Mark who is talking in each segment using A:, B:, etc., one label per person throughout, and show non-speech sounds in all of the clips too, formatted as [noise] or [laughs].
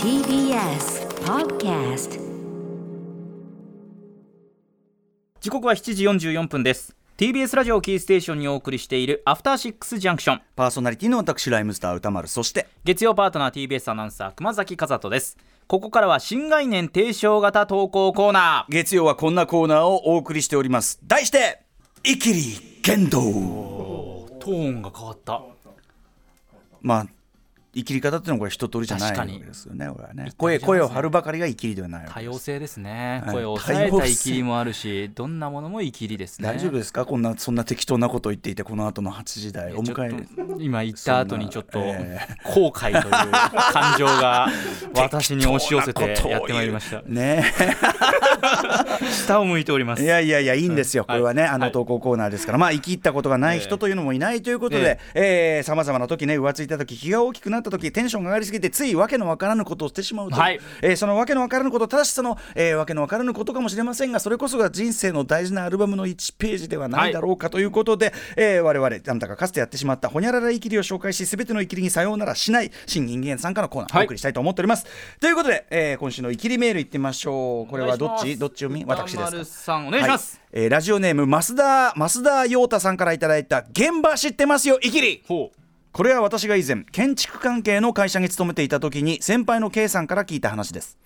A: TBS Podcast
B: 時刻は7時44分です TBS ラジオキーステーションにお送りしているアフターシックスジャンクション
C: パーソナリティの私ライムスター歌丸そして
B: 月曜パートナー TBS アナウンサー熊崎和人ですここからは新概念提唱型投稿コーナー
C: 月曜はこんなコーナーをお送りしております題して「イキリ剣道
B: トーンが変わった」
C: まあイキり方っていうのはこれ一通りじゃない
B: 確
C: わ
B: か
C: け
B: に
C: ですよねこれはね声声を張るばかりがイキリではないわ
B: 多
C: け
B: 様性ですね、
C: はい
B: 声を抑えた生き
C: 多様性
B: りもあるしどんなものも生きりですね
C: 大丈夫ですかこんなそんな適当なことを言っていてこの後の8時台お
B: ちょっと
C: 迎え
B: 今言った後にちょっと
C: そんなえ
B: 後悔という感情
C: [laughs]
B: が私に押し寄せてやってまいりました
C: ね
B: 下を向いておりま
C: え
B: す
C: いやいやいやいいんですよ、これはね、
B: はい
C: あの投稿コーナーですから、まあ、生き入ったことがない人というのもいないということで、さまざまな時ね、浮ついた時気が大きくなった時テンションが上がりすぎて、ついわけのわからぬことをしてしまうという、
B: はい
C: えーそのわけのわからぬこと、ただしその、えーわけのわからぬことかもしれませんが、それこそが人生の大事なアルバムの1ページではないだろうかということで、えー我々、あんたがかつてやってしまった、ほにゃらら生きりを紹介し、すべての生きりにさようならしない、新人間参加のコーナー、
B: はい
C: お送りしたいと思っております。ということで、えー今週の生きりメールいってみましょう。これはどっ
B: お願いしま
C: ち
B: す
C: どっち読み私ですか
B: 丸さんお願いします、
C: はいえーラジオネーム増田増田陽太さんからいただいた「現場知ってますよイキリ」
B: ほう
C: これは私が以前建築関係の会社に勤めていた時に先輩の K さんから聞いた話です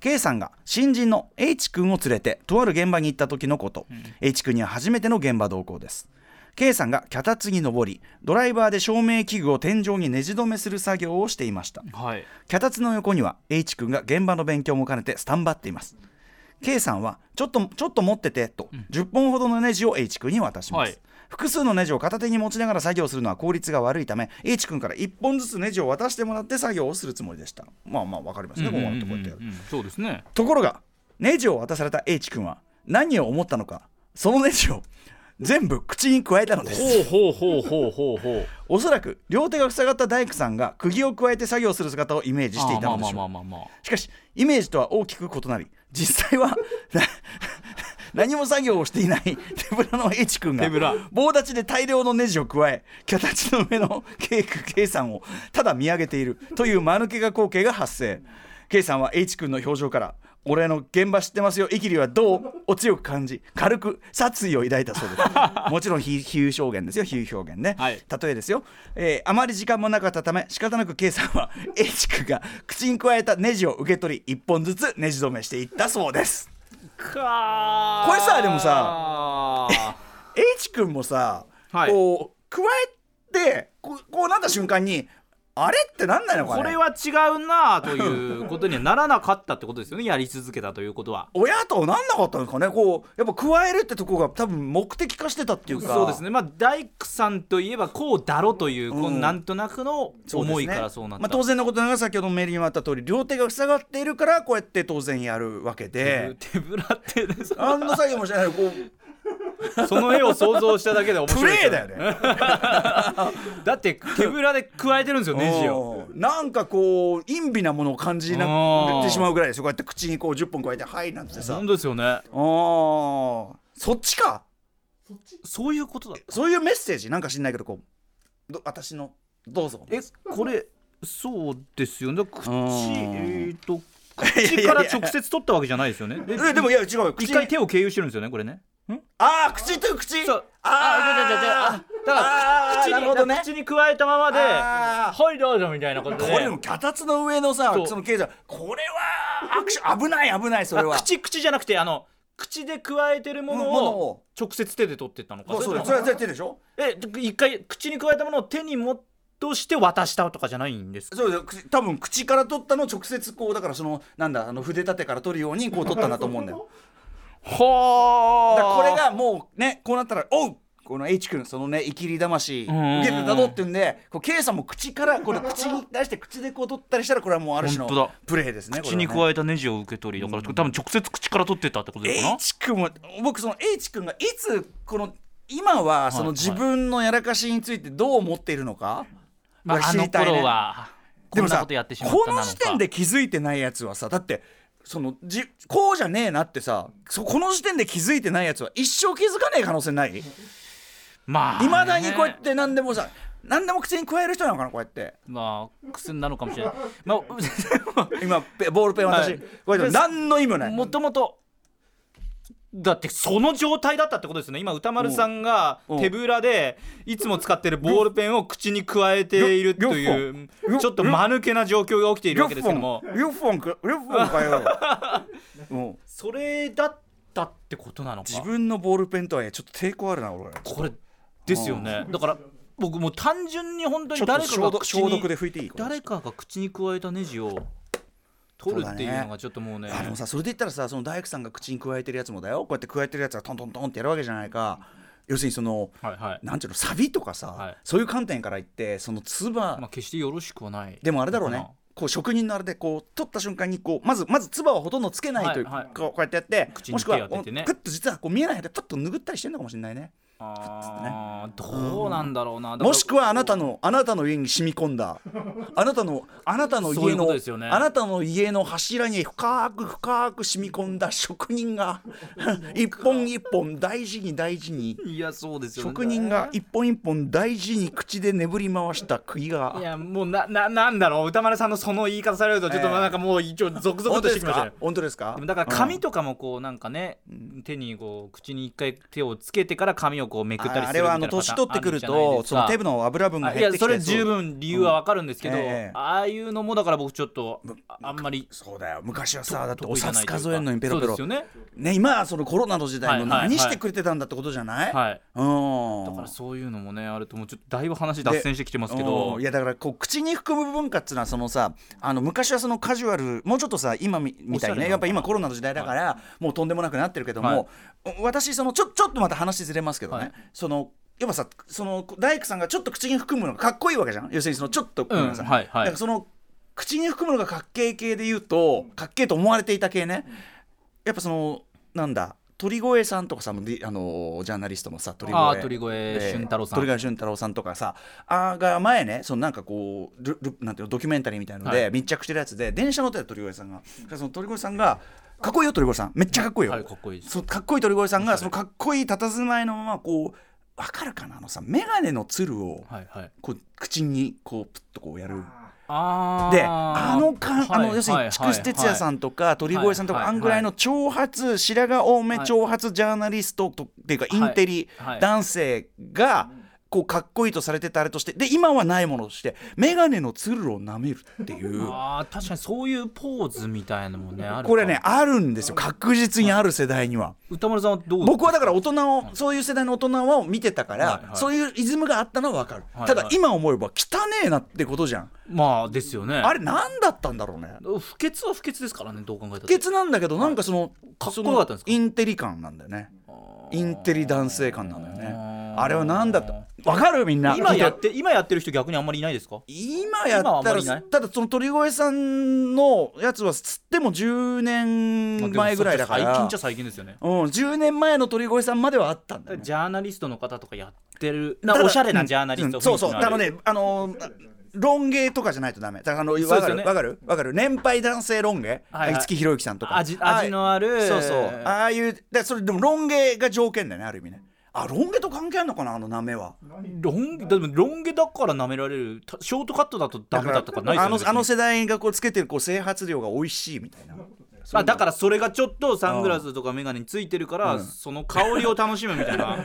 C: K さんが新人の H 君を連れてとある現場に行った時のこと、H 君には初めての現場同行です K さんが脚立に登りドライバーで照明器具を天井にねじ止めする作業をしていました
B: はい
C: 脚立の横には H 君が現場の勉強も兼ねてスタンバっています K さんはちょっとちょっと持っててと、10本ほどのネジを H 君に渡します、
B: はい
C: 複数のネジを片手に持ちながら作業するのは効率が悪いため H 君から1本ずつネジを渡してもらって作業をするつもりでしたまあまあわかりますね、ここまでこうやってやる
B: うんうんうんそうですね
C: ところがネジを渡された H 君は何を思ったのかそのネジを全部口に加えたのです
B: ほうほうほうほうほうほう
C: おそらく両手が塞がった大工さんが釘を加えて作業する姿をイメージしていたのでしょう
B: まあまあまあまあまあ
C: しかしイメージとは大きく異なり実際はな [laughs] 何も作業をしていない手ぶらの H 君が
B: 手ぶら
C: 棒立ちで大量のネジを加え脚立の上の K 君 K さんをただ見上げているという間抜けが光景が発生 K さんは H 君の表情から「俺の現場知ってますよイキリはどう?」を強く感じ軽く殺意を抱いたそうです [laughs] もちろん比比喩表現ですよ比喩表現ね、
B: はい
C: 例えですよ、えーあまり時間もなかったため仕方なく K さんは H 君が口に加えたネジを受け取り1本ずつネジ止めしていったそうです
B: か
C: これさでも
B: さ
C: H 君もさ、
B: はい
C: こう加えてこうこうなった瞬間にあれってなんないのかね
B: これは違うなということにはならなかったってことですよねやり続けたということは
C: 親となんなかったのかねこうやっぱ加えるってとこが多分目的化してたっていうか
B: そうですねまあ大工さんといえばこうだろという、こう
C: うん
B: なんとなくの
C: そうですね
B: 思いからそうなった、
C: まあ、当然のことながら先ほどのメールにもあった通り両手が塞がっているからこうやって当然やるわけで
B: 手ぶらってねそ
C: 何の作業もしないでこう
B: その絵を想像しただけで面
C: プ
B: 白い
C: レーだよね
B: [laughs] だって手ぶらで加えてるんですよ [laughs] ネジを
C: うんなんかこう陰微なものを感じな
B: うん
C: ってしまうぐらいですよこうやって口にこう10本加えて「はい」なんてさあ
B: 本当ですよね
C: ーそっちか
B: そういうことだ
C: そういうメッセージなんか知んないけどこうど私のどうぞ
B: えこれそうですよね口
C: う
B: え
C: ん
B: ーと口から直接取ったわけじゃないですよね
C: えでもいや違うよ口
B: 一
C: に
B: 回手を経由してるんですよねこれね
C: ああ口と口
B: そうあ
C: あー
B: だから
C: あー
B: 口に
C: なるほどね
B: 口に加えたままで
C: あー
B: はいどうぞみたいなことで
C: これも脚立の上のさ
B: そう
C: その形状これはアクション危ない危ないそれは
B: あ口口じゃなくてあの口で加えてるもの
C: もの
B: を
C: を
B: 直接手で取ってったのか
C: そうそ
B: そうれ
C: だよ
B: と
C: そ
B: も
C: れは絶対でしょ
B: え一回口に加えたものを手に戻して渡したとかじゃないんですか
C: そうだよ口多分口から取ったのを直接こうだからそのなんだあの筆立てから取るようにこう取ったんだと思うんだよ
B: は
C: だからこれがもうねこうなったら「おう!」この H 君そのね生きり魂
B: ん
C: 受けてたぞってんでこう K さんも口からこれ口に出して口でこう取ったりしたらこれはもうある種
B: 本当
C: の
B: だ
C: プレイですね
B: 口に
C: え
B: 加えたネジを受け取りだから多分直接口から取ってったってことですかな
C: H 君は僕その H 君がいつこの今はその自分のやらかしについてどう思っているのか
B: まあ
C: が
B: あ
C: 知
B: の
C: りたいね
B: 頃はこ
C: で
B: ん
C: も
B: な
C: さ
B: ことやってしまったな
C: この時点で気づいてないやつはさだってそのじこうじゃねえなってさそこの時点で気づいてないやつは一生気づかねえ可能性ないい
B: まあ
C: まだにこうやって何でもさ何でも口に加える人なのかなこうやって
B: まあくすんなのかもしれないまあ
C: 今ペボールペン私、
B: はい
C: こうやって何の意味 [laughs] もない
B: もともとだってその状態だったってことですよね今歌丸さんが
C: うん
B: 手ぶらでいつも使ってるボールペンを口に加えているという
C: よよ
B: ちょっと間抜けな状況が起きている
C: リ
B: わ
C: ョ
B: け
C: ッ
B: です
C: フ
B: けど
C: ォ
B: も
C: ンリョッフォンくリョッフォンかよ
B: [laughs]
C: うん
B: それだったってことなのか
C: 自分のボールペンとはいえちょっと抵抗あるな俺
B: これですよねだから僕もう単純に本当
C: ち
B: に
C: ょっと
B: 誰か
C: 消
B: が
C: 毒
B: 口
C: 消毒で
B: に
C: 拭いていいこれ
B: 誰かが口に加えたネジを取るっていうのがちょっともうね
C: あでもさそれで言ったらさその大工さんが口に加えてるやつもだよこうやって加えてるやつがトントントンってやるわけじゃないか要するにその
B: はいはい
C: なんていうのサビとかさ、
B: はい
C: そういう観点から言ってその唾、
B: まあ決してよろしくはない
C: でもあれだろう
B: の
C: ね
B: かな
C: こう職人のあれでこう取った瞬間にこうまずまず唾はほとんどつけないという、
B: はいはい
C: こうこうやってやって
B: 口に
C: もしくは
B: 手を当ててね
C: こうグッと実はこう見えない間でちょっと拭ったりしてるのかもしれないね
B: あーどうなんだろうな、だから
C: もしくはあなたのあなたの家に染み込んだあなたのあなたの
B: そうい
C: 家
B: うこと
C: の
B: ですよね
C: あなたの家の柱に深く深く染み込んだ職人が一本一本大事に大事に
B: いやそうですよね
C: 職人が一本一本大事に口で眠り回した釘が
B: いやもうなななんだろう歌丸さんのその言い方されるとちょっと
C: ええ
B: なんかもう一応続々
C: 本
B: と
C: 当
B: して
C: です
B: きましたよ
C: か本当ですか
B: でもだから
C: うん
B: 紙とかもこうなんかね、手にこう口に一回手をつけてから紙をこうめくったり
C: あ
B: す
C: れ
B: るみ
C: は
B: た
C: あ
B: いな
C: の
B: パター
C: 年
B: ン
C: 取ってくるとその
B: あ
C: 手
B: るじゃないですか
C: 分の油分が
B: あい
C: 減
B: や
C: ってきて
B: それ十分理由はわかるんですけど、
C: うんええ
B: ああいうのもだから僕ちょっとああんまり
C: そうそうだよ昔はさだってお
B: 得意じゃないとい
C: 札
B: うか
C: 数えるのにペロペロ
B: そうですよね
C: ね今はそのコロナの時代の
B: はいはいはい
C: 何してくれてたんだってことじゃない
B: はい
C: うん
B: だからそういうのもねあるともうちょっとだいぶ話脱線してきてますけ
C: う
B: ど
C: んいやだからこう口に含む文化っつうのはそのさあの昔はそのカジュアルもうちょっとさ今みみたい
B: おしゃれなの
C: にね
B: か
C: やっぱ今コロナの時代だから、もうとんでもなくなってるけども、私そのちょちょっとまた話ずれますけどね、
B: はい
C: そのやっぱさその大工さんがちょっと口に含むのがかっこいいわけじゃん要するにそのちょっとごめんなさい、
B: はいはい
C: だからその口に含むのがかっけえ系で言うとかっけえと思われていた系ね、やっぱそのなんだ鳥越さんとかさであのジャーナリストのさ鳥越
B: あー鳥越俊太郎さん
C: 鳥越俊太郎さんとかさあーが前ねそのなんかこうルルなんていうのドキュメンタリーみたいので、
B: はい
C: 密着してるやつで電車乗ってた鳥越さんがその鳥越さんが「かっこいいよ鳥越さんめっちゃかっこいいよ」
B: はいかっこいいです
C: そうかっこいい鳥越さんがそのかっこいい佇まいのままこうわかるかなあのさ眼鏡のつるを
B: はいはい
C: こう口にこうプッとこうやる。
B: あー
C: であのかんあ
B: は
C: の
B: い
C: 要するに筑紫哲也さ
B: はい
C: んとか鳥越さんと
B: は
C: か
B: い
C: あんぐらいの長髪白髪多め
B: はい
C: 長髪ジャーナリストとっていうかインテリ
B: はいはい
C: 男性がこうかっこいいとされてたあれとしてで今はないものとして眼鏡のつるを舐めるっていう
B: はいあー確かにそういうポーズみたいなのもねあるか
C: これねあるんですよ確実にある世代には。
B: 歌丸さんはどう
C: 僕はだから大人をそういう世代の大人を見てたか
B: はい
C: ら
B: はい
C: そういうイズムがあったのは分かる
B: はいはい
C: ただ今思えば汚ねえなってことじゃん
B: まあですよね
C: あれ何だったんだろうね
B: 不潔は不潔ですからねどう考えたって
C: 不潔なんだけどなんかその
B: かっこよかったんですか
C: そのインテリ感なんだよねインテリ男性感なんだよねあれは何だったわかるみんな
B: 今やって今やってる人逆にあんまりいないですか
C: 今や
B: 今はあ
C: っ
B: んま
C: た
B: りいな
C: ら
B: い
C: ただその鳥越さんのやつはつっても10年前ぐらいだから
B: 最近じゃ最近ですよね
C: うん、10年前の鳥越さんまではあったんだよね
B: ジャーナリストの方とかやってる
C: た
B: な
C: だ
B: おしゃれなジャーナリス
C: う
B: ト
C: んそうそう
B: 雰囲気の
C: あ
B: あ
C: の
B: る
C: ねあのーロン毛とかじゃないとダメだからあの
B: すよ
C: わ
B: ね
C: かるわかるわかる年配男性ロン毛
B: はい
C: 五木ひろゆきさんとか
B: 味味のある
C: そうそうああいうでそれでもロン毛が条件だよねある意味ねあロン毛と関係あるのかなあのなめは
B: ロン毛でもロン毛だから舐められるたショートカットだとダメだとかないですよ
C: あ
B: ね
C: の
B: 別に
C: あの世代がこうつけてるこう整髪量が美味しいみたいな
B: まあだからそれがちょっとサングラスとか眼鏡についてるから、その香りを楽しむみたいな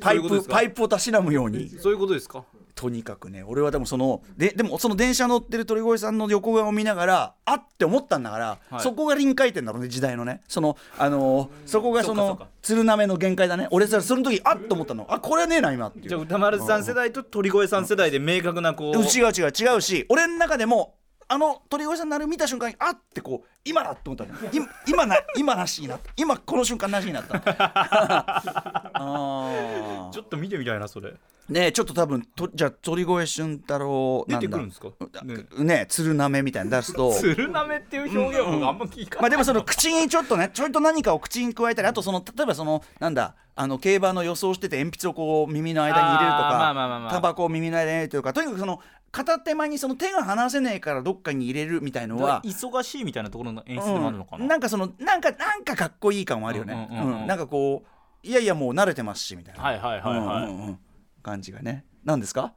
C: パ
B: そういう
C: イ
B: ことで
C: プ
B: すか
C: パイプをたしなむように
B: そういうことですか
C: とにかくね俺はでもそのででもその電車乗ってる鳥越さんの横顔を見ながらあっって思ったんだから、
B: はい
C: そこが臨界点だろうね時代のねそのあのーそこがそ
B: そう
C: の
B: かそうか
C: 鶴なめの限界だね俺さその時あっと思ったのあこれはねえな今っていう
B: じゃあ歌丸さん世代と鳥越さん世代で明確なこう
C: 違う違う違うし俺の中でもあの鳥越さんのあれ見た瞬間にあっってこう今だって思ったの今今な今なしになった今この瞬間なしに
B: [laughs]
C: なったあ
B: ちょっと見てみたいなそれ
C: ーねえちょっと多分とじゃあ鳥越俊太郎なんだ
B: 出てくるんですかね
C: ねね鶴なめみたいに出すと
B: 鶴なめっていう表現もあんま聞かな
C: まあ
B: い、
C: でもその口にちょっとねちょいと何かを口に加えたりあとその例えばそのなんだあの競馬の予想してて鉛筆をこう耳の間に入れると
B: あーまあまあまあま
C: か
B: あ
C: タバコを耳の間に入れるというかとにかくその片手間にその手が離せねえからどっかに入れるみたいのは
B: 忙しいみたいなところの演出
C: う
B: もあるのかな、
C: んなんかそのなんかなんかかっこいい感はあるよね
B: うんうんうんうん
C: うんなんかこういやいやもう慣れてますしみたいな
B: はいはいはいはい
C: うんうんうん感じがね何ですか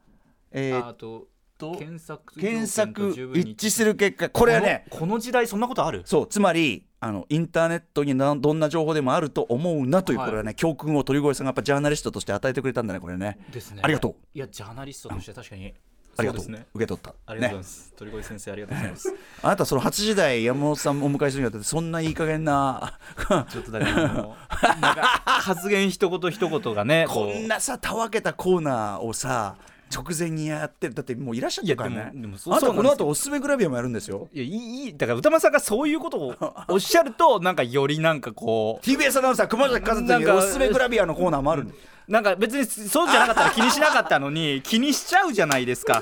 C: えー
B: あと
C: と
B: 検索
C: 検索
B: 条件と十分に
C: 一致する結果これはね
B: このこの時代そんなことある
C: そうつまりあのインターネットになどんな情報でもあると思うなという、
B: はい
C: これはね教訓を鳥越さんがやっぱジャーナリストとして与えてくれたんだねこれね
B: ですね
C: ありがとう
B: いやジャーナリストとして確かに
C: ありがとう
B: そうですね
C: 受け取った
B: ありがとうございます、鳥越先生ありがとうございます
C: あなたその8時台山本さんお迎えするにあたってそんないい加
B: [laughs]
C: 減な
B: ちょっとだからあのなんか発言一言一言がね
C: [laughs] こ
B: うん
C: なさたわけたコーナーをさ直前にやってるだってもういらっしゃったから
B: いや
C: ね
B: でもでもそう
C: あな
B: そ
C: た
B: うな
C: こ
B: んで
C: の
B: すよ
C: 後おすすめグラビアもやるんですよ
B: いやいいいいだから歌丸さんがそういうことをおっしゃるとなんかよりなんかこ
C: TBS アナウンサー熊崎和人
B: な
C: に
B: ん
C: よ
B: か
C: るおすすめグラビアのコーナーもあるんで
B: うなんか別にそうじゃなかったら気にしなかったのに気にしちゃうじゃないです
C: [laughs]
B: か。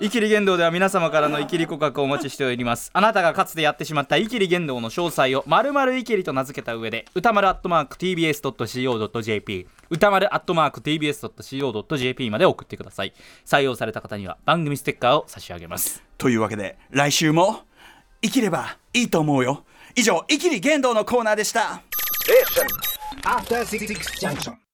B: イキリ言動では皆様からのイキリ告白をお待ちしておりますあなたがかつてやってしまったイキリ言動の詳細をまるまるイキリと名付けた上で歌丸アットマーク TBS.CO.JP 歌丸アットマーク TBS.CO.JP まで送ってください採用された方には番組ステッカーを差し上げます
C: というわけで来週も生きればいいと思うよ以上「生きり言動」のコーナーでした
D: After Six Junction.